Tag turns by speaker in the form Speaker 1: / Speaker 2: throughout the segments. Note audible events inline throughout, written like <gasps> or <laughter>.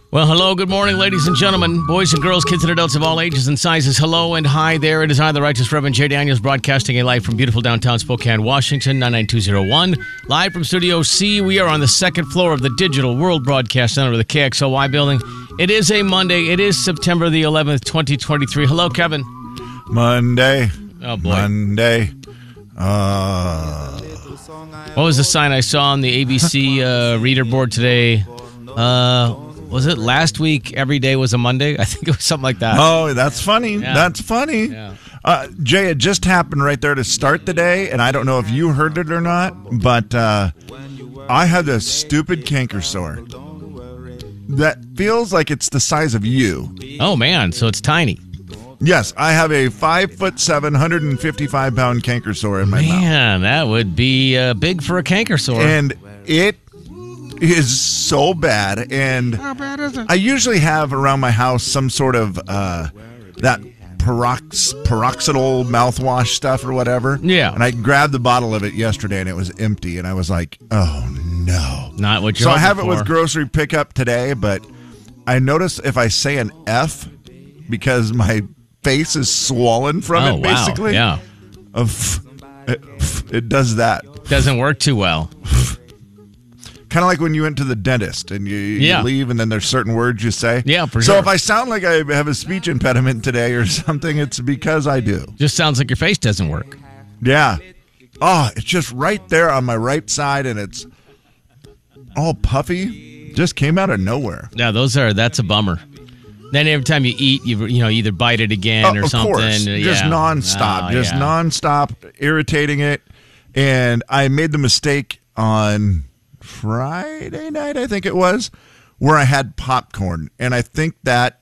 Speaker 1: Well, hello, good morning, ladies and gentlemen, boys and girls, kids and adults of all ages and sizes. Hello and hi there. It is I, the Righteous Reverend Jay Daniels, broadcasting a live from beautiful downtown Spokane, Washington, 99201. Live from Studio C, we are on the second floor of the Digital World Broadcast Center of the KXLY building. It is a Monday. It is September the 11th, 2023. Hello, Kevin.
Speaker 2: Monday.
Speaker 1: Oh, boy.
Speaker 2: Monday. Uh,
Speaker 1: What was the sign I saw on the ABC uh, reader board today? Uh, was it last week? Every day was a Monday. <laughs> I think it was something like that.
Speaker 2: oh, that's funny.
Speaker 1: Yeah.
Speaker 2: That's funny.
Speaker 1: Yeah.
Speaker 2: Uh, Jay, it just happened right there to start the day, and I don't know if you heard it or not, but uh, I had a stupid canker sore that feels like it's the size of you.
Speaker 1: Oh man, so it's tiny.
Speaker 2: Yes, I have a five foot seven, 155 pound canker sore in my mouth,
Speaker 1: Man, that would be uh, big for a canker sore.
Speaker 2: and it is so bad. And I usually have around my house some sort of uh, that perox peroxidal mouthwash stuff or whatever.
Speaker 1: Yeah.
Speaker 2: And I grabbed the bottle of it yesterday and it was empty, and I was like, oh no.
Speaker 1: Not what you're.
Speaker 2: So I
Speaker 1: hoping
Speaker 2: have it with
Speaker 1: for.
Speaker 2: grocery pickup today, but I notice if I say an F because my face is swollen from
Speaker 1: Oh
Speaker 2: it,
Speaker 1: wow,
Speaker 2: basically.
Speaker 1: yeah,
Speaker 2: a f- a f- it does that.
Speaker 1: doesn't work too well.
Speaker 2: Kind of like when you went to the dentist and you, you
Speaker 1: Yeah.
Speaker 2: leave, and then there's certain words you say.
Speaker 1: Yeah, for
Speaker 2: so
Speaker 1: sure.
Speaker 2: if I sound like I have a speech impediment today or <laughs> something, it's because I do.
Speaker 1: Just sounds like your face doesn't work.
Speaker 2: Yeah. Oh, it's just right there on my right side, and it's all puffy. Just came out of nowhere.
Speaker 1: Yeah, those are. That's a bummer. Then every time you eat, you you know either bite it again
Speaker 2: Oh,
Speaker 1: or
Speaker 2: of
Speaker 1: something.
Speaker 2: Course.
Speaker 1: Yeah.
Speaker 2: Just nonstop.
Speaker 1: Oh,
Speaker 2: just
Speaker 1: yeah.
Speaker 2: nonstop irritating it. And I made the mistake on Friday night, I think it was, where I had popcorn. And I think that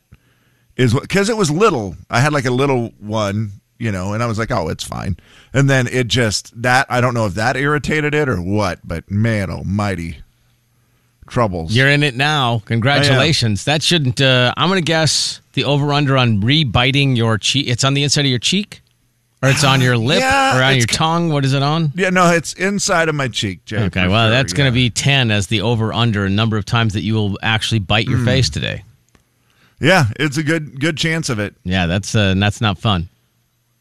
Speaker 2: is what, because it was little. I had like a little one, you know, and I was like, oh, it's fine. And then it just, that, I don't know if that irritated it or what, but man almighty, troubles.
Speaker 1: You're in it now. Congratulations. That shouldn't. Uh, I'm gonna guess the over under on re-biting your cheek. It's on the inside of your cheek, or it's on your
Speaker 2: <gasps>
Speaker 1: lip,
Speaker 2: Yeah,
Speaker 1: or on
Speaker 2: it's
Speaker 1: your
Speaker 2: ki-
Speaker 1: tongue. What is it on?
Speaker 2: yeah, no, it's inside of my cheek, Jay.
Speaker 1: Okay,
Speaker 2: for
Speaker 1: well,
Speaker 2: sure,
Speaker 1: that's going
Speaker 2: yeah.
Speaker 1: to be 10 as the over under number of times that you will actually bite
Speaker 2: Hmm.
Speaker 1: your face today.
Speaker 2: Yeah, it's a good good chance of it.
Speaker 1: Yeah, that's uh, that's not fun.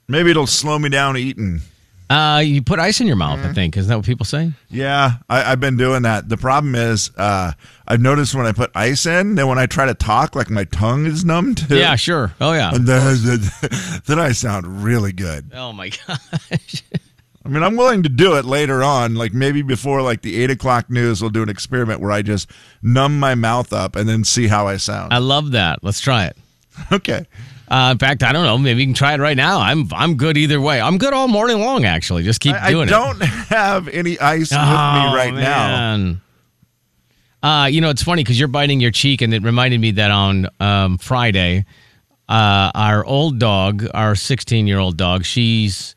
Speaker 2: Maybe it'll slow me down eating.
Speaker 1: Uh, you put ice in your mouth,
Speaker 2: Hmm.
Speaker 1: I think. Isn't that what people say?
Speaker 2: Yeah, I, I've been doing that. The problem is, uh, I've noticed when I put ice in, then when I try to talk, like my tongue is numb too.
Speaker 1: Yeah, sure. Oh, yeah.
Speaker 2: And then, <laughs> then I sound really good.
Speaker 1: Oh, my <laughs> God.
Speaker 2: I mean, I'm willing to do it later on, like maybe before like the eight o'clock news. We'll do an experiment where I just numb my mouth up and then see how I sound.
Speaker 1: I love that. Let's try it.
Speaker 2: <laughs> okay.
Speaker 1: Uh, in fact, I don't know. Maybe you can try it right now. I'm I'm good either way. I'm good all morning long, actually. Just keep
Speaker 2: I, I
Speaker 1: doing it.
Speaker 2: don't have any ice with
Speaker 1: Oh,
Speaker 2: me right now.
Speaker 1: man. Uh, you know, it's funny because you're biting your cheek, and it reminded me that on um, Friday, uh, our old dog, our 16 year old dog, she's.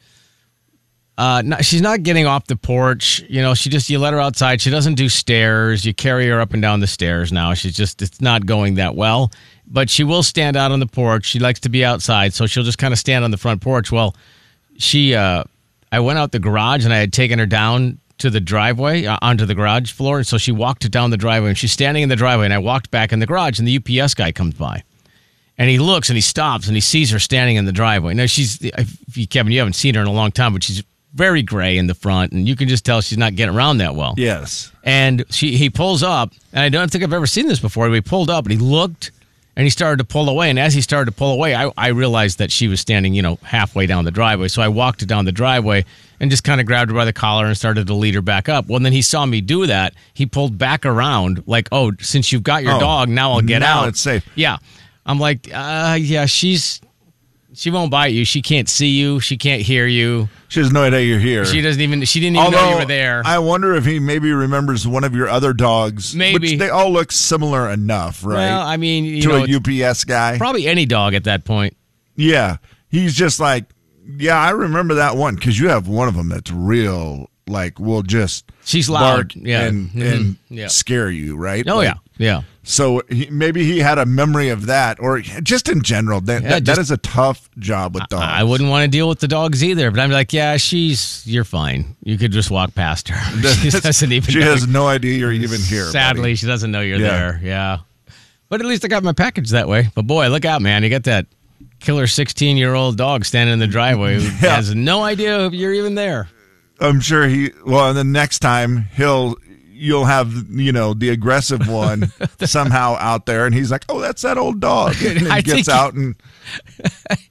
Speaker 1: Uh, not, she's not getting off the porch. You know, she just, you let her outside. She doesn't do stairs. You carry her up and down the stairs now. She's just, it's not going that well. But she will stand out on the porch. She likes to be outside. So she'll just kind of stand on the front porch. Well, she uh I went out the garage and I had taken her down to the driveway uh, onto the garage floor and so she walked down the driveway and she's standing in the driveway and I walked back in the garage and the UPS guy comes by and he looks and he stops and he sees her standing in the driveway. Now she's if you, Kevin, you haven't seen her in a long time, but she's very gray in the front and you can just tell she's not getting around that well
Speaker 2: Yes.
Speaker 1: and she he pulls up, and I don't think I've ever seen this before. He pulled up and he looked, and he started to pull away. And as he started to pull away, I, I realized that she was standing, you know, halfway down the driveway. So I walked down the driveway and just kind of grabbed her by the collar and started to lead her back up. Well, then he saw me do that. He pulled back around, like, "Oh, since you've got your
Speaker 2: Oh,
Speaker 1: dog, now I'll get
Speaker 2: now
Speaker 1: out.
Speaker 2: it's safe.
Speaker 1: Yeah. I'm like, uh, yeah, she's she won't bite you. She can't see you. She can't hear you.
Speaker 2: She has no idea you're here.
Speaker 1: She doesn't even. She didn't even
Speaker 2: Although,
Speaker 1: know you were there.
Speaker 2: I wonder if he maybe remembers one of your other dogs.
Speaker 1: Maybe.
Speaker 2: Which they all look similar enough, right?
Speaker 1: Well, I mean, you
Speaker 2: to
Speaker 1: know, it's
Speaker 2: a UPS guy.
Speaker 1: probably any dog at that point.
Speaker 2: yeah. He's just like, yeah, I remember that one because you have one of them that's real, like, will just
Speaker 1: She's
Speaker 2: bark
Speaker 1: loud. Yeah.
Speaker 2: and,
Speaker 1: Mhm.
Speaker 2: and
Speaker 1: Yeah.
Speaker 2: scare you, right?
Speaker 1: Oh
Speaker 2: Like,
Speaker 1: yeah, yeah.
Speaker 2: So he, maybe he had a memory of that, or just in general. That,
Speaker 1: Yeah,
Speaker 2: that,
Speaker 1: just-
Speaker 2: that is a tough job with dogs.
Speaker 1: I wouldn't <laughs> want to deal with the dogs either, but I'm like, yeah, she's you're fine. You could just walk past her. <laughs> she
Speaker 2: <laughs>
Speaker 1: just doesn't even.
Speaker 2: She
Speaker 1: know
Speaker 2: has no idea you're even here.
Speaker 1: Sadly,
Speaker 2: buddy.
Speaker 1: she doesn't know you're
Speaker 2: Yeah.
Speaker 1: there. Yeah. But at least I got my package that way. But boy, look out, man. You got that killer 16 year old dog standing in the driveway who
Speaker 2: <laughs> Yeah.
Speaker 1: has no idea if you're even there.
Speaker 2: I'm sure he. Well, and then next time he'll. You'll have you know the
Speaker 1: <laughs>
Speaker 2: aggressive one somehow out there, and he's like, "Oh, that's that old dog." And
Speaker 1: <laughs>
Speaker 2: then
Speaker 1: I
Speaker 2: he gets
Speaker 1: think-
Speaker 2: out and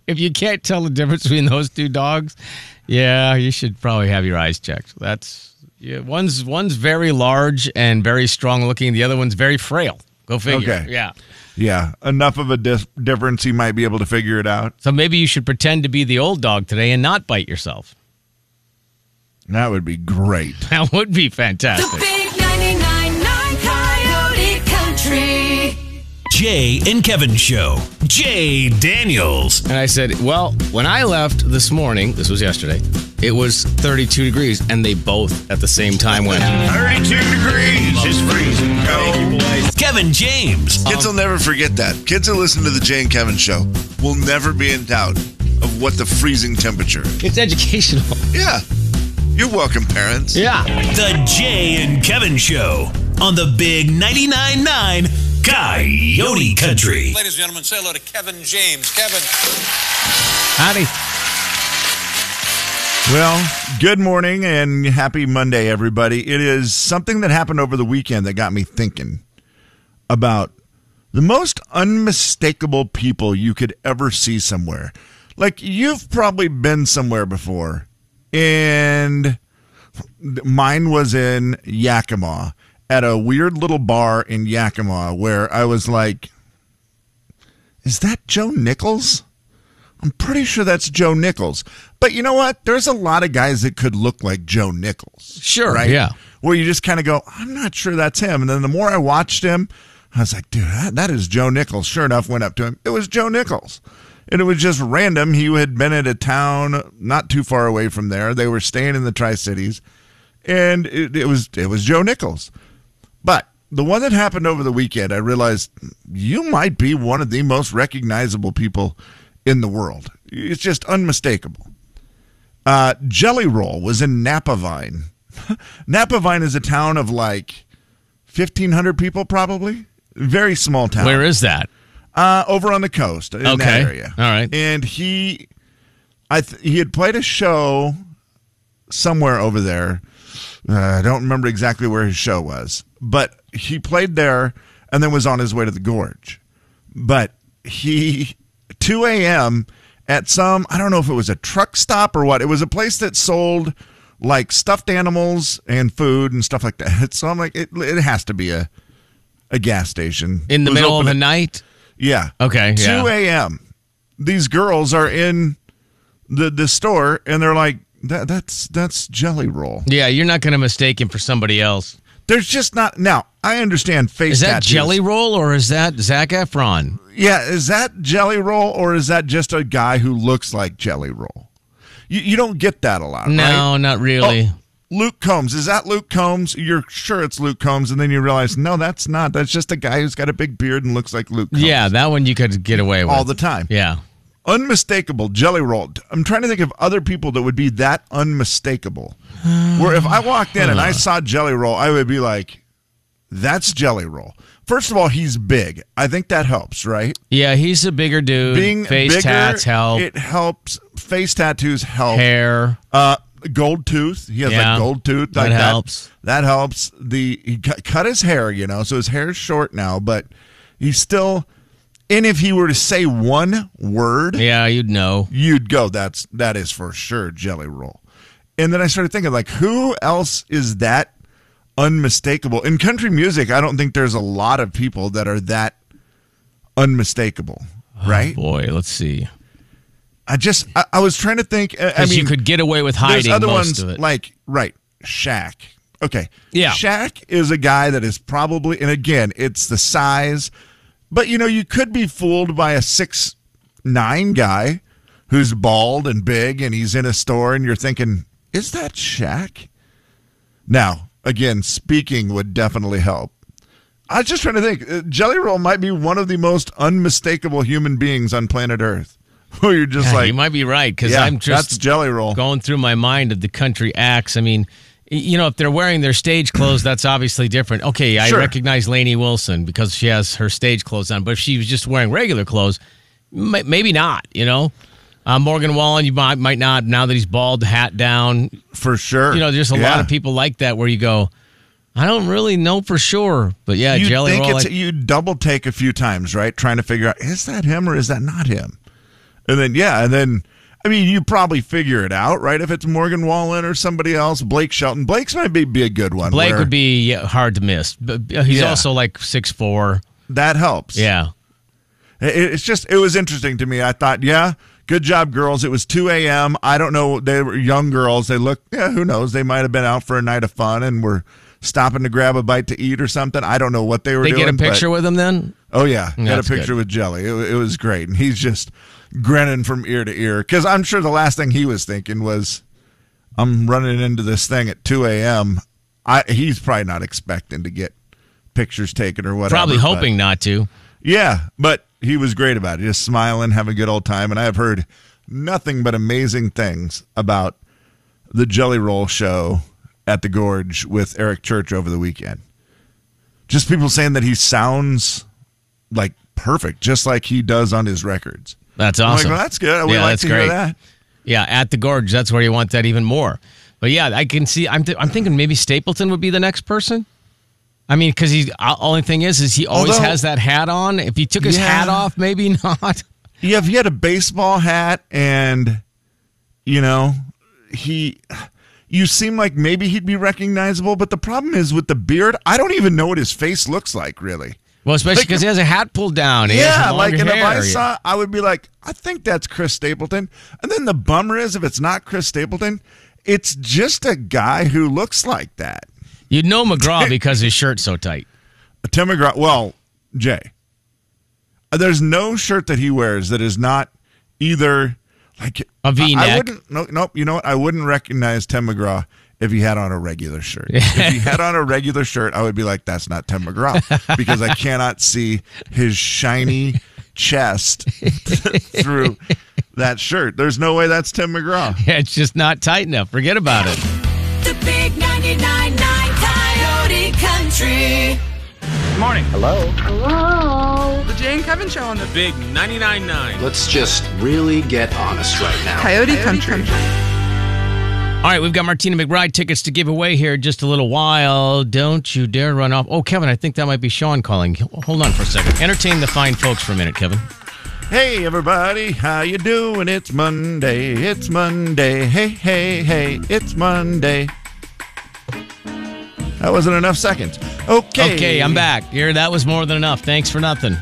Speaker 1: If you can't tell the difference between those two dogs, yeah, you should probably have your eyes checked. That's yeah, one's one's very large and very strong looking. The other one's very frail. Go figure.
Speaker 2: Okay.
Speaker 1: Yeah.
Speaker 2: yeah, enough of a dis- difference. He might be able to figure it out.
Speaker 1: So maybe you should pretend to be the old dog today and not bite yourself. <laughs>
Speaker 2: That would be great.
Speaker 1: That would be fantastic.
Speaker 3: Big 99.9 Coyote Country.
Speaker 4: Jay and Kevin Show. Jay Daniels.
Speaker 1: <laughs> And I said, Well, when I left this morning, this was yesterday, it was 32 degrees, and they both at the same time went.
Speaker 4: 32 degrees is freezing cold. Kevin James.
Speaker 5: Kids will never forget that. Kids who listen to the Jay and Kevin show will never be in doubt of what the freezing temperature is.
Speaker 1: <laughs> It's educational.
Speaker 5: Yeah. You're welcome, parents.
Speaker 1: <laughs> Yeah.
Speaker 4: The Jay and Kevin Show on the Big 99.9 9 Coyote Country.
Speaker 6: Ladies and gentlemen, say hello to Kevin James. Kevin.
Speaker 1: Howdy.
Speaker 2: Well, good morning and happy Monday, everybody. It is something that happened over the weekend that got me thinking about the most unmistakable people you could ever see somewhere. Like, you've probably been somewhere before, and mine was in Yakima at a weird little bar in Yakima where I was like, is that Joe Nichols? I'm pretty sure that's Joe Nichols. But you know what? There's a lot of guys that could look like Joe Nichols.
Speaker 1: Sure,
Speaker 2: Right?
Speaker 1: yeah.
Speaker 2: Where you just kind of go, I'm not sure that's him. And then the more I watched him, I was like, dude, that, that is Joe Nichols. Sure enough, went up to him. It was Joe Nichols. And it was just random. He had been at a town not too far away from there. They were staying in the Tri Cities. And it, it was it was Joe Nichols. But the one that happened over the weekend, I realized you might be one of the most recognizable people in the world. It's just unmistakable. Uh, Jelly Roll was in Napa Vine. <laughs> Napa Vine is a town of like 1,500 people, probably. Very small town.
Speaker 1: Where is that?
Speaker 2: Uh, over on the coast in
Speaker 1: Okay.
Speaker 2: that area.
Speaker 1: All right.
Speaker 2: And he, I th- he had played a show somewhere over there. Uh, I don't remember exactly where his show was, but he played there and then was on his way to the gorge. But he, 2 a.m. at some, I don't know if it was a truck stop or what, it was a place that sold like stuffed animals and food and stuff like that. <laughs> So I'm like, it, it has to be a, a gas station.
Speaker 1: In the
Speaker 2: It was
Speaker 1: middle of
Speaker 2: open
Speaker 1: the
Speaker 2: at-
Speaker 1: night?
Speaker 2: yeah.
Speaker 1: Okay,
Speaker 2: 2
Speaker 1: yeah.
Speaker 2: a.m. These girls are in the the store and they're like, that, that's that's jelly roll.
Speaker 1: Yeah, you're not going to mistake him for somebody else.
Speaker 2: There's just not now. I understand face
Speaker 1: Is that
Speaker 2: tattoos.
Speaker 1: Jelly Roll or is that Zach Efron?
Speaker 2: Yeah, is that jelly roll or is that just a guy who looks like jelly roll? You you don't get that a lot,
Speaker 1: No,
Speaker 2: right?
Speaker 1: not really.
Speaker 2: Oh, Luke Combs. Is that Luke Combs? You're sure it's Luke Combs, and then you realize, no, that's not. That's just a guy who's got a big beard and looks like Luke Combs.
Speaker 1: Yeah, that one you could get away with.
Speaker 2: All the time.
Speaker 1: Yeah.
Speaker 2: unmistakable jelly roll. I'm trying to think of other people that would be that unmistakable. Where if I walked in and I saw jelly roll, I would be like, "That's jelly roll." First of all, he's big. I think that helps, right?
Speaker 1: Yeah, he's a bigger dude.
Speaker 2: Being
Speaker 1: Face
Speaker 2: bigger,
Speaker 1: tats help.
Speaker 2: It helps. Face tattoos help.
Speaker 1: hair.
Speaker 2: Uh, gold tooth. He has
Speaker 1: Yeah.
Speaker 2: a gold tooth.
Speaker 1: That
Speaker 2: like
Speaker 1: helps.
Speaker 2: That, helps. The he cut, cut his hair, you know, so his hair's short now, but he's still. And if he were to say one word,
Speaker 1: Yeah, you'd know.
Speaker 2: you'd go that's that is for sure jelly roll and then i started thinking like who else is that unmistakable in country music i don't think there's a lot of people that are that unmistakable, right?
Speaker 1: Oh, Boy, let's see.
Speaker 2: I just I, I was trying to think. I- I
Speaker 1: Because
Speaker 2: mean,
Speaker 1: you could get away with
Speaker 2: there's
Speaker 1: hiding
Speaker 2: other
Speaker 1: most
Speaker 2: ones
Speaker 1: of it.
Speaker 2: like right Shaq. Okay,
Speaker 1: Yeah.
Speaker 2: Shaq is a guy that is probably, and again, it's the size, but you know, you could be fooled by a six nine guy who's bald and big, and he's in a store, and you're thinking, is that Shaq? Now, again, speaking would definitely help. I was just trying to think. uh, Jelly Roll might be one of the most unmistakable human beings on planet Earth. <laughs> Who you're just
Speaker 1: Yeah,
Speaker 2: like,
Speaker 1: you might be right because
Speaker 2: yeah,
Speaker 1: I'm
Speaker 2: that's
Speaker 1: just
Speaker 2: Jelly Roll.
Speaker 1: going through my mind of the country acts. I mean, y- you know, if they're wearing their stage clothes, that's obviously different. Okay, I
Speaker 2: Sure.
Speaker 1: recognize Lainey Wilson because she has her stage clothes on, but if she was just wearing regular clothes, may- maybe not. You know, uh, Morgan Wallen, you might might not now that he's bald, hat down.
Speaker 2: for sure.
Speaker 1: You know, there's a lot
Speaker 2: Yeah.
Speaker 1: of people like that where you go, I don't really know for sure, but yeah,
Speaker 2: You
Speaker 1: Jelly
Speaker 2: think
Speaker 1: Roll.
Speaker 2: it's
Speaker 1: I-
Speaker 2: you double take a few times, right? Trying to figure out is that him or is that not him? And then yeah, and then I mean you probably figure it out, right? If it's Morgan Wallen or somebody else, Blake Shelton. Blake's might be, be a good one.
Speaker 1: Blake
Speaker 2: where
Speaker 1: would be yeah, hard to miss, but but he's
Speaker 2: Yeah.
Speaker 1: also like six four.
Speaker 2: that helps.
Speaker 1: Yeah.
Speaker 2: It- It's just, it was interesting to me. I thought, yeah, good job, girls. It was 2 a.m. I don't know. They were young girls. They looked, yeah, who knows? They might have been out for a night of fun and were stopping to grab a bite to eat or something. I don't know what they were
Speaker 1: They
Speaker 2: doing.
Speaker 1: get a
Speaker 2: but-
Speaker 1: picture with him then?
Speaker 2: oh, yeah. Got a
Speaker 1: That's
Speaker 2: picture
Speaker 1: good.
Speaker 2: with Jelly. It, wa- it was great. And he's just grinning from ear to ear because I'm sure the last thing he was thinking was, I'm running into this thing at 2 a.m. I, he's probably not expecting to get pictures taken or whatever.
Speaker 1: Probably
Speaker 2: but-
Speaker 1: hoping not to.
Speaker 2: yeah, but he was great about it, just smiling, having a good old time. And I have heard nothing but amazing things about the Jelly Roll show at the Gorge with Eric Church over the weekend. Just people saying that he sounds like perfect, just like he does on his records.
Speaker 1: That's
Speaker 2: I'm
Speaker 1: awesome.
Speaker 2: like, well, that's good. We
Speaker 1: yeah,
Speaker 2: like
Speaker 1: that's
Speaker 2: to
Speaker 1: great.
Speaker 2: hear that.
Speaker 1: Yeah, at the gorge. That's where you want that even more. But yeah, I can see. I'm, th- I'm thinking maybe Stapleton would be the next person. I mean, because he's uh, only thing is, is he always
Speaker 2: Although-
Speaker 1: has that hat on. If he took his
Speaker 2: Yeah.
Speaker 1: hat off, maybe <laughs> not.
Speaker 2: Yeah, if he had a baseball hat and you know, he you seem like maybe he'd be recognizable, but the problem is with the beard, I don't even know what his face looks like really.
Speaker 1: Well, especially
Speaker 2: Like-
Speaker 1: because he has a hat pulled down. He has
Speaker 2: yeah,
Speaker 1: longer
Speaker 2: like and if
Speaker 1: hair.
Speaker 2: I saw I would be like, I think that's Chris Stapleton. And then the bummer is if it's not Chris Stapleton, it's just a guy who looks like that.
Speaker 1: You'd know McGraw because his shirt's so tight. <laughs>
Speaker 2: Tim McGraw. Well, Jay, uh, there's no shirt that he wears that is not either like
Speaker 1: A
Speaker 2: I, I
Speaker 1: V-neck.
Speaker 2: wouldn't. No, nope. You know what? I wouldn't recognize Tim McGraw if he had on a regular shirt. if
Speaker 1: <laughs>
Speaker 2: he had on a regular shirt, I would be like, "That's not Tim McGraw," because I cannot see his shiny chest <laughs> through that shirt. There's no way that's Tim McGraw.
Speaker 1: It's just not tight enough. Forget about it.
Speaker 3: The big 99.9 Coyote Country.
Speaker 7: Morning.
Speaker 8: The Jay and Kevin Show on the
Speaker 7: Big 99.9.
Speaker 9: Let's just really get honest right now.
Speaker 8: Coyote Country.
Speaker 1: All right, we've got Martina McBride tickets to give away here in just a little while. Don't you dare run off. Oh, Kevin, I think that might be Sean calling. Hold on for a second. Entertain the fine folks for a minute, Kevin.
Speaker 2: Hey everybody, how you doing? It's Monday. It's Monday. Hey hey hey, it's Monday. That wasn't enough seconds. Okay.
Speaker 1: Okay, I'm back. Here, that was more than enough. Thanks for nothing.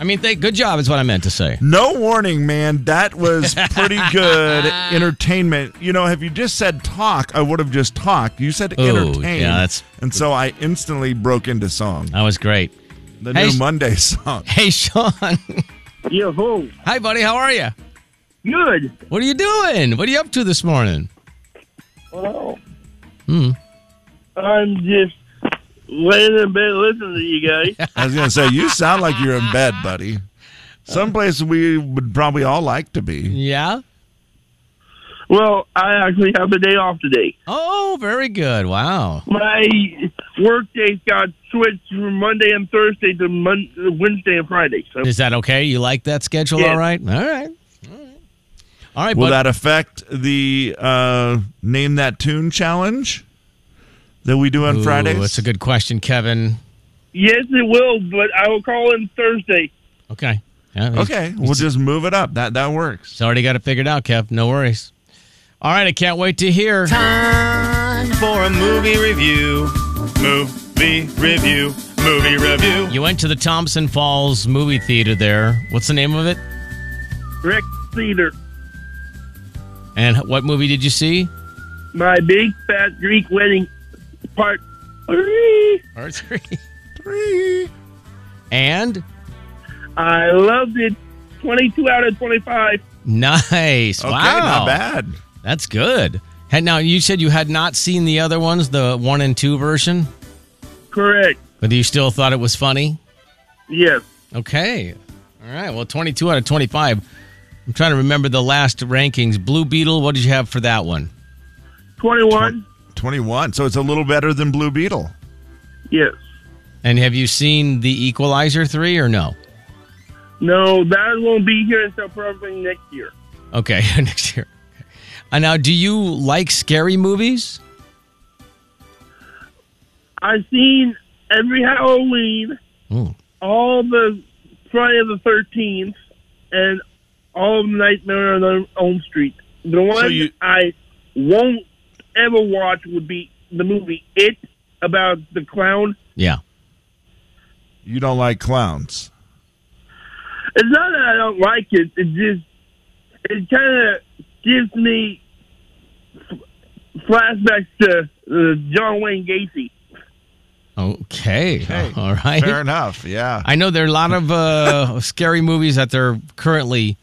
Speaker 1: I mean, thank, good job is what I meant to say.
Speaker 2: No warning, man. That was
Speaker 1: <laughs>
Speaker 2: pretty good entertainment. You know, have you just said talk, I would have just talked. You said
Speaker 1: Ooh,
Speaker 2: entertain.
Speaker 1: Oh, yeah, that's-
Speaker 2: and so I instantly broke into song.
Speaker 1: That was great. <laughs>
Speaker 2: The
Speaker 1: Hey,
Speaker 2: new
Speaker 1: sh-
Speaker 2: Monday <laughs> song.
Speaker 1: Hey, Sean. <laughs>
Speaker 7: Yo ho.
Speaker 1: Hi, buddy. How are you?
Speaker 7: Good.
Speaker 1: What are you doing? What are you up to this morning?
Speaker 7: Well,
Speaker 1: Hmm.
Speaker 7: I'm just laying in bed listening to you
Speaker 2: <laughs>
Speaker 7: guys.
Speaker 2: I was gonna say, you sound like you're in bed, buddy.
Speaker 1: Um,
Speaker 2: Someplace we would probably all like to be.
Speaker 1: Yeah.
Speaker 7: well, I actually have a day off today.
Speaker 1: Oh, very good. Wow.
Speaker 7: My work days got switched from Monday and Thursday to Mon- Wednesday and Friday. So
Speaker 1: Is that okay? You like that schedule?
Speaker 7: Yeah.
Speaker 1: All right. All right. All right. All right,
Speaker 2: Will
Speaker 1: bud.
Speaker 2: that affect the uh, name that tune challenge that we do on
Speaker 1: Ooh,
Speaker 2: Fridays?
Speaker 1: That's a good question, Kevin.
Speaker 7: yes, it will, but I will call in Thursday.
Speaker 1: Okay. Yeah, he's-
Speaker 2: Okay, we'll just move it up. That that works.
Speaker 1: He's already got it figured out, Kev. No worries. All right, I can't wait to hear.
Speaker 10: Time for a movie review. Movie review. Movie review.
Speaker 1: You went to the Thompson Falls movie theater there. What's the name of it?
Speaker 7: Rick Theater.
Speaker 1: And what movie did you see?
Speaker 7: My big fat Greek wedding, part three.
Speaker 1: Part <laughs> three.
Speaker 2: Three.
Speaker 1: And
Speaker 7: I loved it. 22 out of 25.
Speaker 1: nice.
Speaker 2: Okay,
Speaker 1: wow.
Speaker 2: not bad.
Speaker 1: That's good. And now you said you had not seen the other ones, the one and two version,
Speaker 7: Correct.
Speaker 1: but you still thought it was funny.
Speaker 7: Yes.
Speaker 1: Okay. All right. Well, 22 out of 25. I'm trying to remember the last rankings. Blue Beetle, what did you have for that one?
Speaker 7: 21.
Speaker 2: 21. So it's a little better than Blue Beetle.
Speaker 7: Yes.
Speaker 1: And have you seen The Equalizer 3 or no?
Speaker 7: No, that won't be here until probably next year.
Speaker 1: Okay, <laughs> next year. And now, do you like scary movies?
Speaker 7: I've seen every Halloween,
Speaker 1: Ooh.
Speaker 7: all the Friday the 13th, and all of Nightmare on Elm Street. The one
Speaker 10: you-
Speaker 7: I won't ever watch would be the movie It about the clown.
Speaker 1: Yeah.
Speaker 2: You don't like clowns.
Speaker 7: It's not that I don't like it. It just it kind of gives me f- flashbacks to uh, John Wayne Gacy.
Speaker 1: Okay.
Speaker 2: Okay.
Speaker 1: <laughs> All right.
Speaker 2: Fair enough. Yeah.
Speaker 1: I know there are a lot of uh, <laughs> scary movies that they're currently,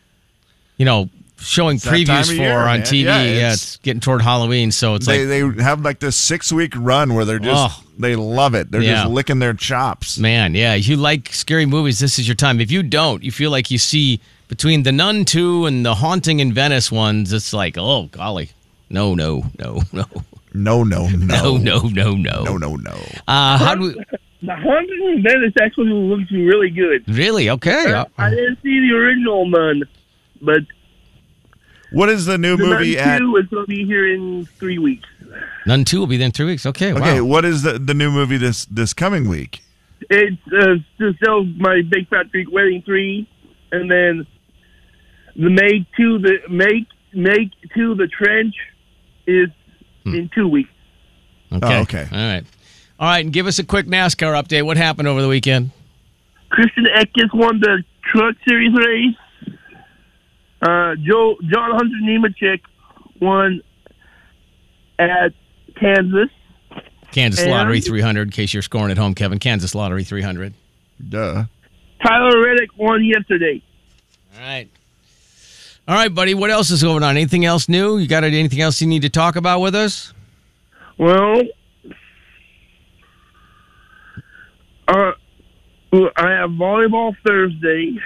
Speaker 1: you know, showing
Speaker 2: that time
Speaker 1: previews
Speaker 2: of
Speaker 1: for
Speaker 2: year,
Speaker 1: on
Speaker 2: man.
Speaker 1: TV.
Speaker 2: Yeah,
Speaker 1: Yeah it's,
Speaker 2: it's-
Speaker 1: getting toward Halloween, so it's
Speaker 2: They,
Speaker 1: like,
Speaker 2: they have like this six week run where they're just,
Speaker 1: Oh.
Speaker 2: they love it. They're
Speaker 1: Yeah.
Speaker 2: just licking their chops.
Speaker 1: man, yeah, if you like scary movies, this is your time. If you don't, you feel like you see between The Nun 2 and The Haunting in Venice ones, it's like, oh, golly. No, no, no, <laughs> no,
Speaker 2: No,
Speaker 1: <laughs>
Speaker 2: no,
Speaker 1: no, no,
Speaker 2: no.
Speaker 1: no, no.
Speaker 2: No, no, no.
Speaker 1: Uh, how do we,
Speaker 7: The Haunting of Venice actually looks really good.
Speaker 1: really? Okay. Uh,
Speaker 7: I didn't see the original Nun, but
Speaker 2: What is the new
Speaker 7: the
Speaker 2: movie
Speaker 7: Nun
Speaker 2: at?
Speaker 7: Two is going to be here in three weeks.
Speaker 1: Nun 2 will be there in three weeks. Okay.
Speaker 2: Okay,
Speaker 1: Wow.
Speaker 2: what is the, the new movie this this coming week?
Speaker 7: It's uh, to sell my Big Fat Greek Wedding three, and then the Make to the Make Make to the Trench is
Speaker 2: Hmm.
Speaker 7: in two weeks.
Speaker 1: Okay.
Speaker 2: Oh, okay.
Speaker 1: All right. All right. And give us a quick NASCAR update. What happened over the weekend?
Speaker 7: Christian Eckes won the Truck Series race. Uh, Joe John Hunter Nemechek won at Kansas.
Speaker 1: Kansas
Speaker 7: And-
Speaker 1: Lottery 300, in case you're scoring at home, Kevin. Kansas Lottery 300.
Speaker 2: Duh.
Speaker 7: Tyler Reddick won yesterday.
Speaker 1: All right. All right, buddy. What else is going on? Anything else new? You got anything else you need to talk about with us?
Speaker 7: Well, uh, well, I have volleyball Thursday.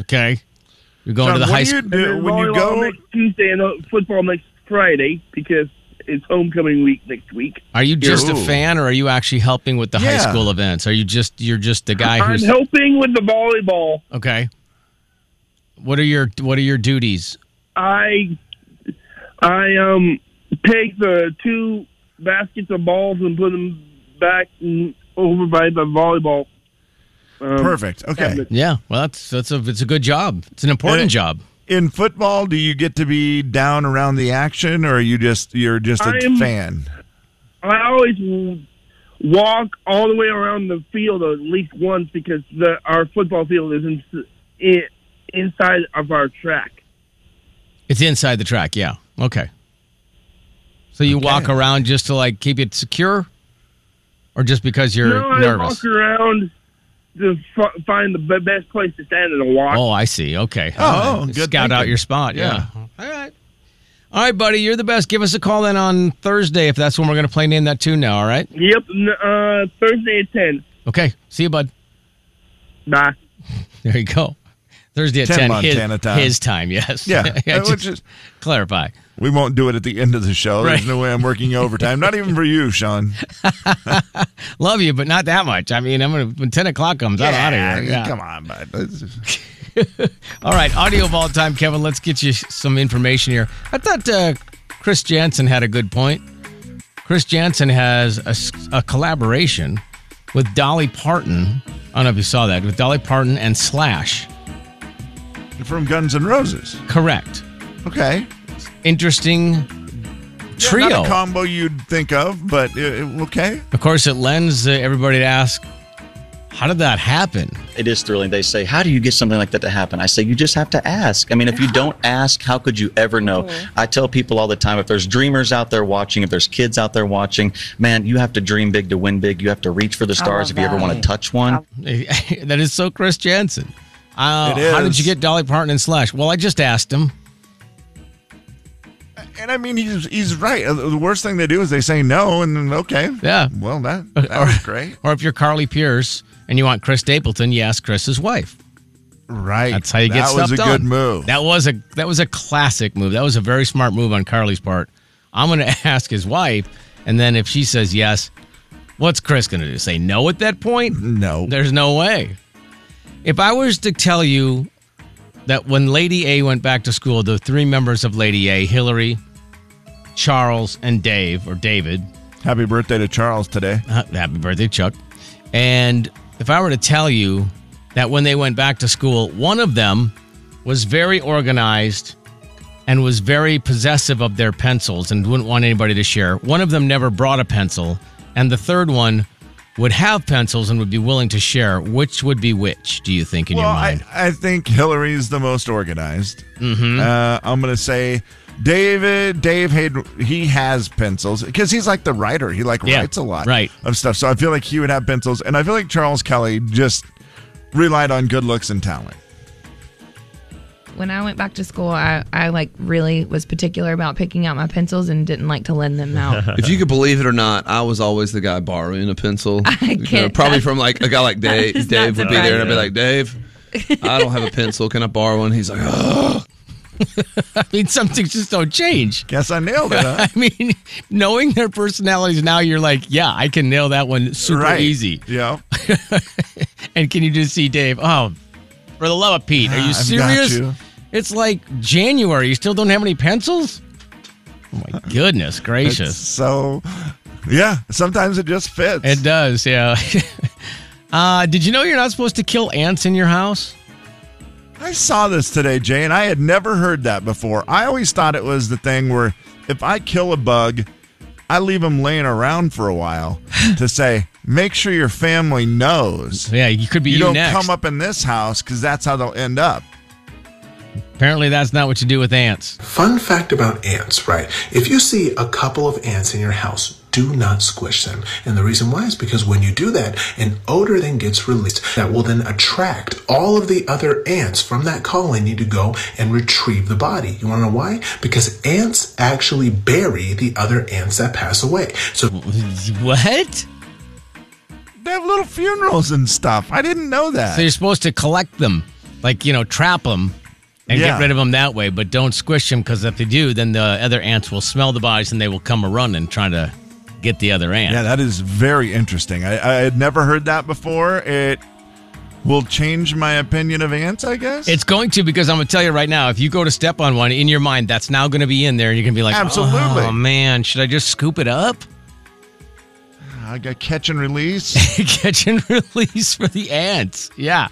Speaker 1: Okay. You're going
Speaker 2: John,
Speaker 1: to the
Speaker 2: what
Speaker 1: high
Speaker 2: do you
Speaker 1: school.
Speaker 2: do
Speaker 7: and
Speaker 2: when you
Speaker 7: volleyball
Speaker 2: go?
Speaker 7: next Tuesday and uh, football next Friday because it's homecoming week next week.
Speaker 1: Are you just a
Speaker 2: Ooh.
Speaker 1: fan, or are you actually helping with the high
Speaker 2: Yeah.
Speaker 1: school events? Are you just you're just the guy
Speaker 7: I'm
Speaker 1: who's
Speaker 7: helping with the volleyball.
Speaker 1: okay? What are your what are your duties?
Speaker 7: I I um take the two baskets of balls and put them back and over by the volleyball. Um,
Speaker 2: Perfect. Okay.
Speaker 7: cabinet.
Speaker 1: Yeah. Well, that's that's a it's a good job. It's an important
Speaker 2: And it-
Speaker 1: job.
Speaker 2: In football, do you get to be down around the action or are you just you're just a
Speaker 7: I'm-
Speaker 2: fan?
Speaker 7: I always w- walk all the way around the field at least once because the our football field is in, in, inside of our track.
Speaker 1: It's inside the track. Yeah. Okay. So you walk around just to like keep it secure, or just because you're
Speaker 7: no, I
Speaker 1: nervous?
Speaker 7: walk around to f- find the be- best place to stand and walk.
Speaker 1: Oh, I see. Okay.
Speaker 2: Oh,
Speaker 1: All right.
Speaker 2: good
Speaker 1: Scout
Speaker 2: thinking.
Speaker 1: out your spot. Yeah. All right. All right, buddy. You're the best. Give us a call then on Thursday if that's when we're going to play Name That Tune now. All right.
Speaker 7: Yep, n- uh, Thursday at ten.
Speaker 1: Okay. See you, bud.
Speaker 7: Bye.
Speaker 1: There you go. Thursday at 10.
Speaker 2: 10
Speaker 1: his-
Speaker 2: Montana time.
Speaker 1: His time, yes.
Speaker 2: Yeah.
Speaker 1: <laughs> I
Speaker 2: Uh,
Speaker 1: just
Speaker 2: which is-
Speaker 1: clarify.
Speaker 2: we won't do it at the end of the show.
Speaker 1: Right.
Speaker 2: There's no way I'm working overtime. Not even for you, Sean.
Speaker 1: Love you, but not that much. I mean, I'm gonna when 10 o'clock comes, I'm out
Speaker 2: Yeah,
Speaker 1: of here. Yeah.
Speaker 2: Come on, bud. Let's-
Speaker 1: All right, audio ball time, Kevin. Let's get you some information here. I thought uh, Chris Jansen had a good point. Chris Jansen has a s- a, collaboration with Dolly Parton. I don't know if you saw that with Dolly Parton and Slash.
Speaker 2: From Guns N' Roses.
Speaker 1: Correct.
Speaker 2: Okay.
Speaker 1: Interesting
Speaker 2: Yeah,
Speaker 1: trio.
Speaker 2: Not a combo you'd think of, but uh, okay.
Speaker 1: of course, it lends uh, everybody to ask How did that happen? <laughs>
Speaker 10: It is thrilling. They say, How do you get something like that to happen? I say, You just have to ask. I mean, if you don't ask, how could you ever know? I tell people all the time if there's dreamers out there watching, if there's kids out there watching, man, you have to dream big to win big. You have to reach for the stars if you ever want to touch one.
Speaker 1: that is so Chris Jansen. Uh,
Speaker 10: It
Speaker 1: How did
Speaker 10: is.
Speaker 1: you get Dolly Parton and Slash? Well, I just asked him.
Speaker 2: And I mean, he's he's right. Uh, The worst thing they do is they say no, and then okay,
Speaker 1: Yeah.
Speaker 2: Well, that that was great.
Speaker 1: <laughs> Or if you're Carly Pierce and you want Chris Stapleton, you ask Chris's wife.
Speaker 2: Right.
Speaker 1: That's how you get
Speaker 2: That
Speaker 1: stuff
Speaker 2: was a
Speaker 1: done.
Speaker 2: good move.
Speaker 1: That was a that was a classic move. That was a very smart move on Carly's part. I'm going to <laughs> ask his wife, and then if she says yes, what's Chris going to do? Say no at that point?
Speaker 2: No.
Speaker 1: There's no way. If I was to tell you that when Lady A went back to school, the three members of Lady A, Hillary, Charles, and Dave or David.
Speaker 2: Happy birthday to Charles today.
Speaker 1: Uh, happy birthday, Chuck. And if I were to tell you that when they went back to school, one of them was very organized and was very possessive of their pencils and wouldn't want anybody to share. One of them never brought a pencil, and the third one would have pencils and would be willing to share. Which would be which, do you think, in
Speaker 2: well,
Speaker 1: your mind? <laughs>
Speaker 2: I, I think Hillary's the most organized. Mm-hmm. Uh, I'm gonna say David. Dave had he has pencils because he's like the writer. He like
Speaker 1: Yeah,
Speaker 2: writes a lot
Speaker 1: right.
Speaker 2: of stuff. So I feel like he would have pencils, and I feel like Charles Kelly just relied on good looks and talent.
Speaker 11: When I went back to school, I, I like really was particular about picking out my pencils and didn't like to lend them out.
Speaker 12: if you could believe it or not, I was always the guy borrowing
Speaker 11: <laughs>
Speaker 12: a pencil. You know,
Speaker 11: can't-
Speaker 12: probably from like a guy
Speaker 11: <laughs>
Speaker 12: like
Speaker 11: That
Speaker 12: Dave.
Speaker 11: is not
Speaker 12: Dave would be there, and I'd be
Speaker 11: surprising.
Speaker 12: like, Dave, I
Speaker 11: <laughs>
Speaker 12: don't have a pencil. Can I borrow one? He's like, Ugh.
Speaker 1: I mean, some things just don't change.
Speaker 2: Guess I nailed it. Huh?
Speaker 1: I mean, knowing their personalities now, you're like, yeah, I can nail that one <laughs> super
Speaker 2: Right.
Speaker 1: easy.
Speaker 2: Yeah.
Speaker 1: <laughs> and can you just see Dave? Oh, for the love of Pete, are
Speaker 2: Ah,
Speaker 1: you
Speaker 2: I've got
Speaker 1: serious?
Speaker 2: you.
Speaker 1: It's like January. You still don't have any pencils? Oh
Speaker 2: <laughs>
Speaker 1: my goodness gracious!
Speaker 2: It's so, yeah. Sometimes it just fits.
Speaker 1: It does, yeah. <laughs> uh, did you know you're not supposed to kill ants in your house?
Speaker 2: I saw this today, Jay, and I had never heard that before. I always thought it was the thing where if I kill a bug, I leave them laying around for a while
Speaker 1: <laughs>
Speaker 2: to say, make sure your family knows.
Speaker 1: Yeah, you could be
Speaker 2: you,
Speaker 1: you
Speaker 2: don't
Speaker 1: next.
Speaker 2: come up in this house because that's how they'll end up.
Speaker 1: Apparently, that's not what you do with ants. <laughs>
Speaker 13: Fun fact about ants, right? If you see a couple of ants in your house, do not squish them. And the reason why is because when you do that, an odor then gets released that will then attract all of the other ants from that colony to go and retrieve the body. You want to know why? Because ants actually bury the other ants that pass away. So
Speaker 1: what?
Speaker 2: They have little funerals and stuff. I didn't know that.
Speaker 1: So you're supposed to collect them, like you know, trap them, and
Speaker 2: Yeah.
Speaker 1: get rid of them that way. But don't squish them because if they do, then the other ants will smell the bodies and they will come a running trying to get the other ant.
Speaker 2: Yeah, that is very interesting. I, I had never heard that before. It will change my opinion of ants, I guess.
Speaker 1: It's going to because I'm gonna tell you right now. If you go to step on one in your mind, that's now going to be in there, and you're gonna be like,
Speaker 2: Absolutely.
Speaker 1: Oh man, should I just scoop it up? <laughs>
Speaker 2: I got catch and release.
Speaker 1: Catch and release for the ants. <laughs> Yeah.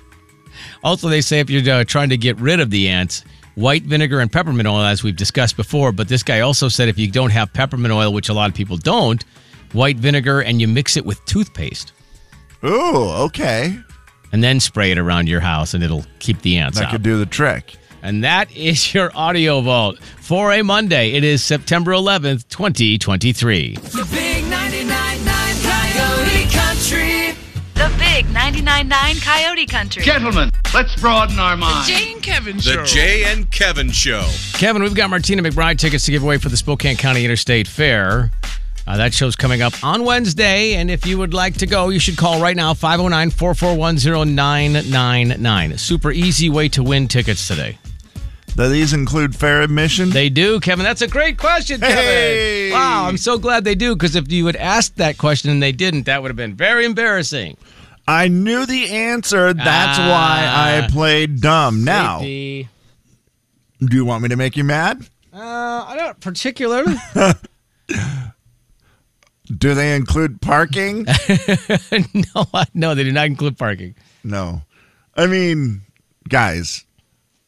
Speaker 1: Also, they say if you're uh, trying to get rid of the ants, white vinegar and peppermint oil, as we've discussed before. But this guy also said if you don't have peppermint oil, which a lot of people don't, white vinegar and you mix it with toothpaste.
Speaker 2: Ooh, okay.
Speaker 1: And then spray it around your house, and it'll keep the ants
Speaker 2: That
Speaker 1: out.
Speaker 2: could do the trick.
Speaker 1: And that is your audio vault for a Monday. It is September 11th, 2023.
Speaker 3: The Big 99.9 Coyote Country. The Big 99.9 Coyote Country.
Speaker 14: Gentlemen, let's broaden our minds.
Speaker 3: Jay and Kevin
Speaker 14: The Jay and Kevin Show.
Speaker 1: Kevin, we've got Martina McBride tickets to give away for the Spokane County Interstate Fair. Uh, that show's coming up on Wednesday. And if you would like to go, you should call right now 509 441 999. Super easy way to win tickets today.
Speaker 2: Do these include fair admission?
Speaker 1: They do, Kevin. That's a great question, Kevin.
Speaker 2: Hey!
Speaker 1: Wow, I'm so glad they do because if you had asked that question and they didn't, that would have been very embarrassing.
Speaker 2: I knew the answer. That's why I played dumb. Now,
Speaker 1: Ah. Safety.
Speaker 2: do you want me to make you mad?
Speaker 1: Uh, I don't particularly.
Speaker 2: Do they include
Speaker 1: <laughs>
Speaker 2: parking?
Speaker 1: <laughs> no, no, they do not include parking.
Speaker 2: No. I mean, guys,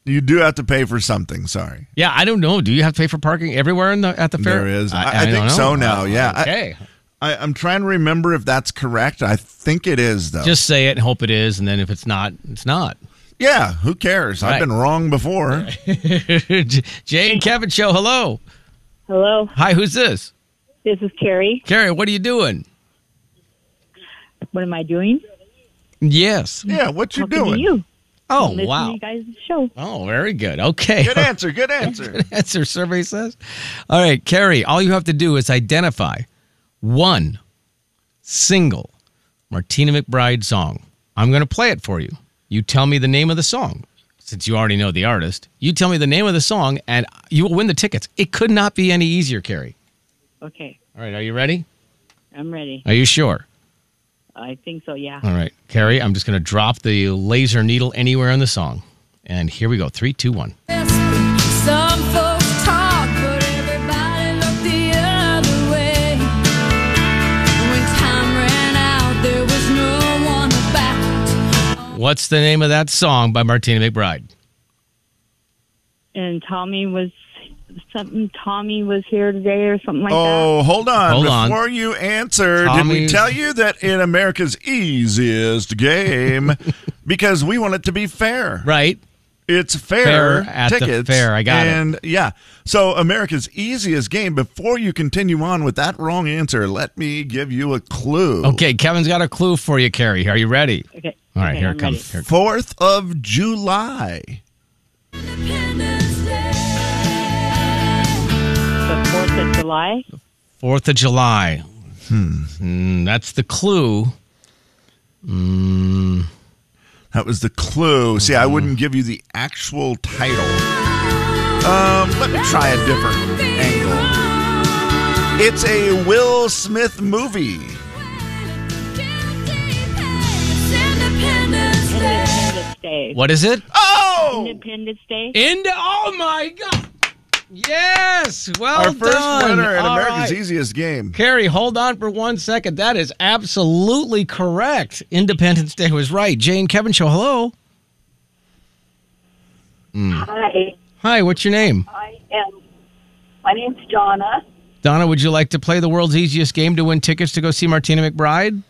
Speaker 2: you do have to pay for something. Sorry.
Speaker 1: Yeah, I don't know. Do you have to pay for parking everywhere in the, at the fair?
Speaker 2: There is. I, I think
Speaker 1: don't know.
Speaker 2: so now. yeah. I-
Speaker 1: Okay.
Speaker 2: I, I'm trying to remember if that's correct. I think it is though.
Speaker 1: Just say it, hope it is, and then if it's not, it's not. <laughs>
Speaker 2: Yeah, who cares? I've been wrong before.
Speaker 1: Jane Kevin Show, hello.
Speaker 15: Hello.
Speaker 1: Hi, who's this?
Speaker 15: This is Carrie.
Speaker 1: Carrie, what are you doing?
Speaker 15: What am I doing?
Speaker 1: Yes.
Speaker 2: Yeah, what you
Speaker 15: Talking to
Speaker 2: doing?
Speaker 15: you.
Speaker 1: Oh,
Speaker 15: Listening to
Speaker 1: wow.
Speaker 15: you guys' show.
Speaker 1: Oh, very good. Okay.
Speaker 2: Good answer. Good
Speaker 1: <laughs>
Speaker 2: answer.
Speaker 1: good answer, survey says. All right, Carrie, all you have to do is identify one single Martina McBride song. I'm going to play it for you. You tell me the name of the song. Since you already know the artist, you tell me the name of the song and you will win the tickets. It could not be any easier, Carrie.
Speaker 15: Okay,
Speaker 1: All right, are you ready?
Speaker 15: I'm ready.
Speaker 1: Are you sure?
Speaker 15: I think so. Yeah.
Speaker 1: All right, Carrie, I'm just going to drop the laser needle anywhere in the song. And here we go. Three, two, one.
Speaker 3: Some folks talk, but everybody looked the other way. When time ran out, there was no one about.
Speaker 1: What's the name of that song by Martina McBride?
Speaker 15: And Tommy was something. Tommy was here today or something like that.
Speaker 1: <laughs>
Speaker 2: Oh, hold on.
Speaker 1: Hold on.
Speaker 2: Before you answer, did we
Speaker 1: Tommy's-
Speaker 2: tell you that in America's
Speaker 1: <laughs>
Speaker 2: easiest game, because we want it to be fair?
Speaker 1: Right.
Speaker 2: It's fair,
Speaker 1: Fair at the
Speaker 2: tickets.
Speaker 1: fair. I got it.
Speaker 2: and, yeah. So, America's easiest game. Before you continue on with that wrong answer, let me give you a clue.
Speaker 1: Okay, Kevin's got a clue for you, Carrie. Are you ready?
Speaker 15: Okay.
Speaker 1: All right,
Speaker 2: Okay,
Speaker 1: here
Speaker 2: I'm
Speaker 1: it comes.
Speaker 2: ready.
Speaker 1: Here it comes.
Speaker 2: Fourth of July.
Speaker 15: The Fourth of July.
Speaker 1: Fourth of July. Hmm. that's the clue. Mm.
Speaker 2: That was the clue. See,
Speaker 1: Mm-hmm.
Speaker 2: I wouldn't give you the actual title. Um, let me try a different angle. It's a Will Smith movie.
Speaker 15: Independence Day.
Speaker 1: What is it?
Speaker 2: Oh!
Speaker 15: Independence Day.
Speaker 1: End. Oh my God! Yes. Well
Speaker 2: Our first
Speaker 1: done.
Speaker 2: winner in
Speaker 1: All
Speaker 2: America's
Speaker 1: right.
Speaker 2: Easiest Game.
Speaker 1: Carrie, hold on for one second. That is absolutely correct. Independence Day was right. Jane Kevin Show. Hello. Mm.
Speaker 16: Hi,
Speaker 1: Hi. What's your name?
Speaker 16: I am. My name's Donna.
Speaker 1: Donna, would you like to play the world's easiest game to win tickets to go see Martina McBride?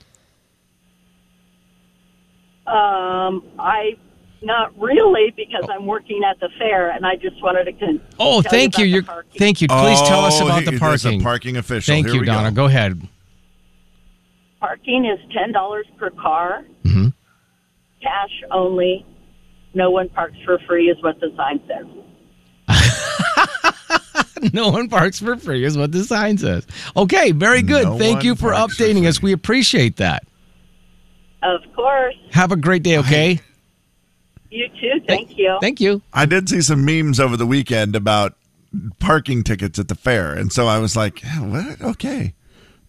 Speaker 16: Um, I not really because I'm working at the fair, and I just wanted to. Con-
Speaker 1: Oh,
Speaker 16: tell
Speaker 1: thank you.
Speaker 16: about
Speaker 1: You're,
Speaker 16: the parking.
Speaker 1: thank you. Please tell us
Speaker 2: Oh,
Speaker 1: about
Speaker 2: he-
Speaker 1: the
Speaker 2: there's a
Speaker 1: parking.
Speaker 2: parking official.
Speaker 1: Thank
Speaker 2: Here
Speaker 1: you,
Speaker 2: we
Speaker 1: Donna. Go, ahead. <laughs>
Speaker 16: Parking is ten dollars per car. Cash only. No one parks for free is what the sign says.
Speaker 1: no one parks for free is what the sign says. Okay, very good.
Speaker 16: No
Speaker 1: thank
Speaker 16: one
Speaker 1: you for updating us. We appreciate that.
Speaker 16: Of course,
Speaker 1: Have a great day. Okay.
Speaker 16: you too. Thank you.
Speaker 1: Thank you.
Speaker 2: I did see some memes over the weekend about parking tickets at the fair. And so I was like, yeah, what? okay.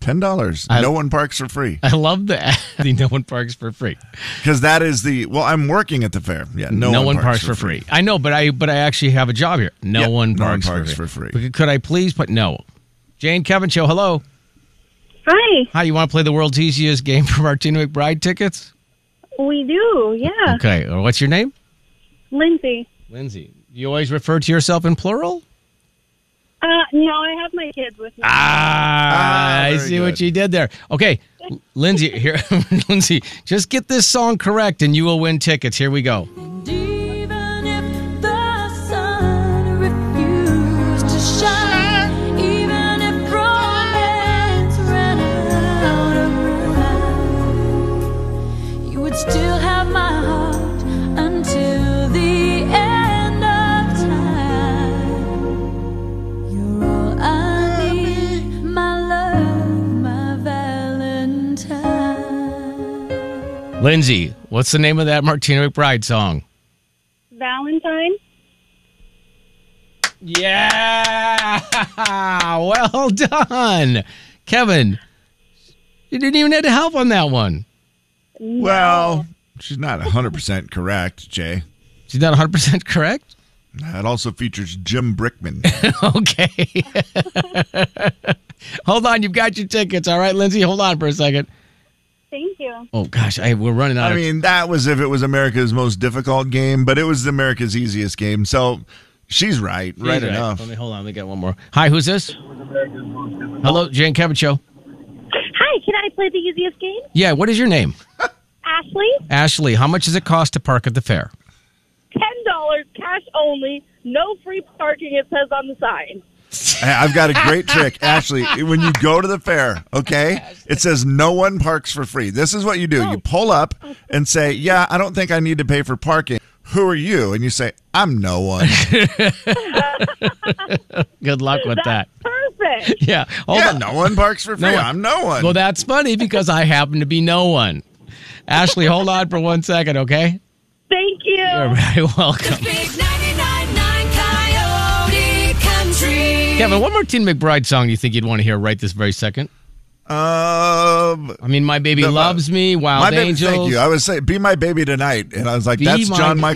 Speaker 2: $10.
Speaker 1: I-
Speaker 2: no one parks for free.
Speaker 1: I love that. <laughs> no one parks for free.
Speaker 2: Because that is the, well, I'm working at the fair. Yeah. No,
Speaker 1: one, parks, for free. I know, but I but I actually have a job here. No
Speaker 2: Yeah,
Speaker 1: one
Speaker 2: no one
Speaker 1: parks,
Speaker 2: parks
Speaker 1: for,
Speaker 2: for
Speaker 1: free. But Could I please put no? Jane Kevin Show. Hello.
Speaker 17: Hi,
Speaker 1: Hi. You want to play the world's easiest game for Martina McBride tickets?
Speaker 17: we do. Yeah,
Speaker 1: Okay. uh, What's your name?
Speaker 17: Lindsay.
Speaker 1: Lindsay. You always refer to yourself in plural?
Speaker 17: Uh, no, I have my kids with me.
Speaker 1: Ah, I see what you did there.
Speaker 17: <laughs>
Speaker 1: Okay, L- Lindsay, here, <laughs> Lindsay, just get this song correct and you will win tickets. Here we go.
Speaker 3: The sun refused to shine, even if romance ran out of breath. You would still have my heart until the end of time. You're all I need, my love, my Valentine.
Speaker 1: Lindsay, what's the name of that Martina McBride song?
Speaker 17: Valentine.
Speaker 1: Yeah, <laughs> well done, Kevin. You didn't even need help on that one.
Speaker 2: Well, she's not 100% correct, Jay.
Speaker 1: She's not 100% correct? <laughs>
Speaker 2: It also features Jim Brickman.
Speaker 1: okay. <laughs> hold on, you've got your tickets. All right, Lindsay, hold on for a second.
Speaker 17: Thank you.
Speaker 1: Oh gosh, I, we're running out.
Speaker 2: I
Speaker 1: of
Speaker 2: mean, that was if it was America's most difficult game, but it was America's easiest game. So she's right,
Speaker 1: She's
Speaker 2: right,
Speaker 1: right.
Speaker 2: enough.
Speaker 1: Let me hold on. We got one more. Hi, who's this? Hello, Jane Kevin Show.
Speaker 17: Can I play the easiest game?
Speaker 1: Yeah, what is your name?
Speaker 17: Ashley,
Speaker 1: Ashley, how much does it cost to park at the fair?
Speaker 17: ten dollars cash only, no free parking. It says on the sign.
Speaker 2: Hey, I've got a great trick, Ashley. When you go to the fair, okay, it says no one parks for free. This is what you do: you pull up and say, "Yeah, I don't think I need to pay for parking." Who are you? And you say, "I'm no one."
Speaker 1: Good luck with that.
Speaker 17: Perfect.
Speaker 1: <laughs> Yeah. Hold
Speaker 2: Yeah,
Speaker 1: on.
Speaker 2: no one parks for free. I'm no one.
Speaker 1: Well, that's funny because I happen to be no one. Ashley, hold on for one second, okay?
Speaker 17: Thank you.
Speaker 1: You're very welcome.
Speaker 3: Big 99.9 Coyote Country.
Speaker 1: Kevin, what Martin McBride song do you think you'd want to hear right this very second?
Speaker 2: Um,
Speaker 1: I mean, My Baby Loves Me, Wild
Speaker 2: my
Speaker 1: Angels.
Speaker 2: baby, thank you. I was say, "Be my baby tonight," and I was like,
Speaker 1: Be
Speaker 2: "That's
Speaker 1: my-
Speaker 2: John Michael."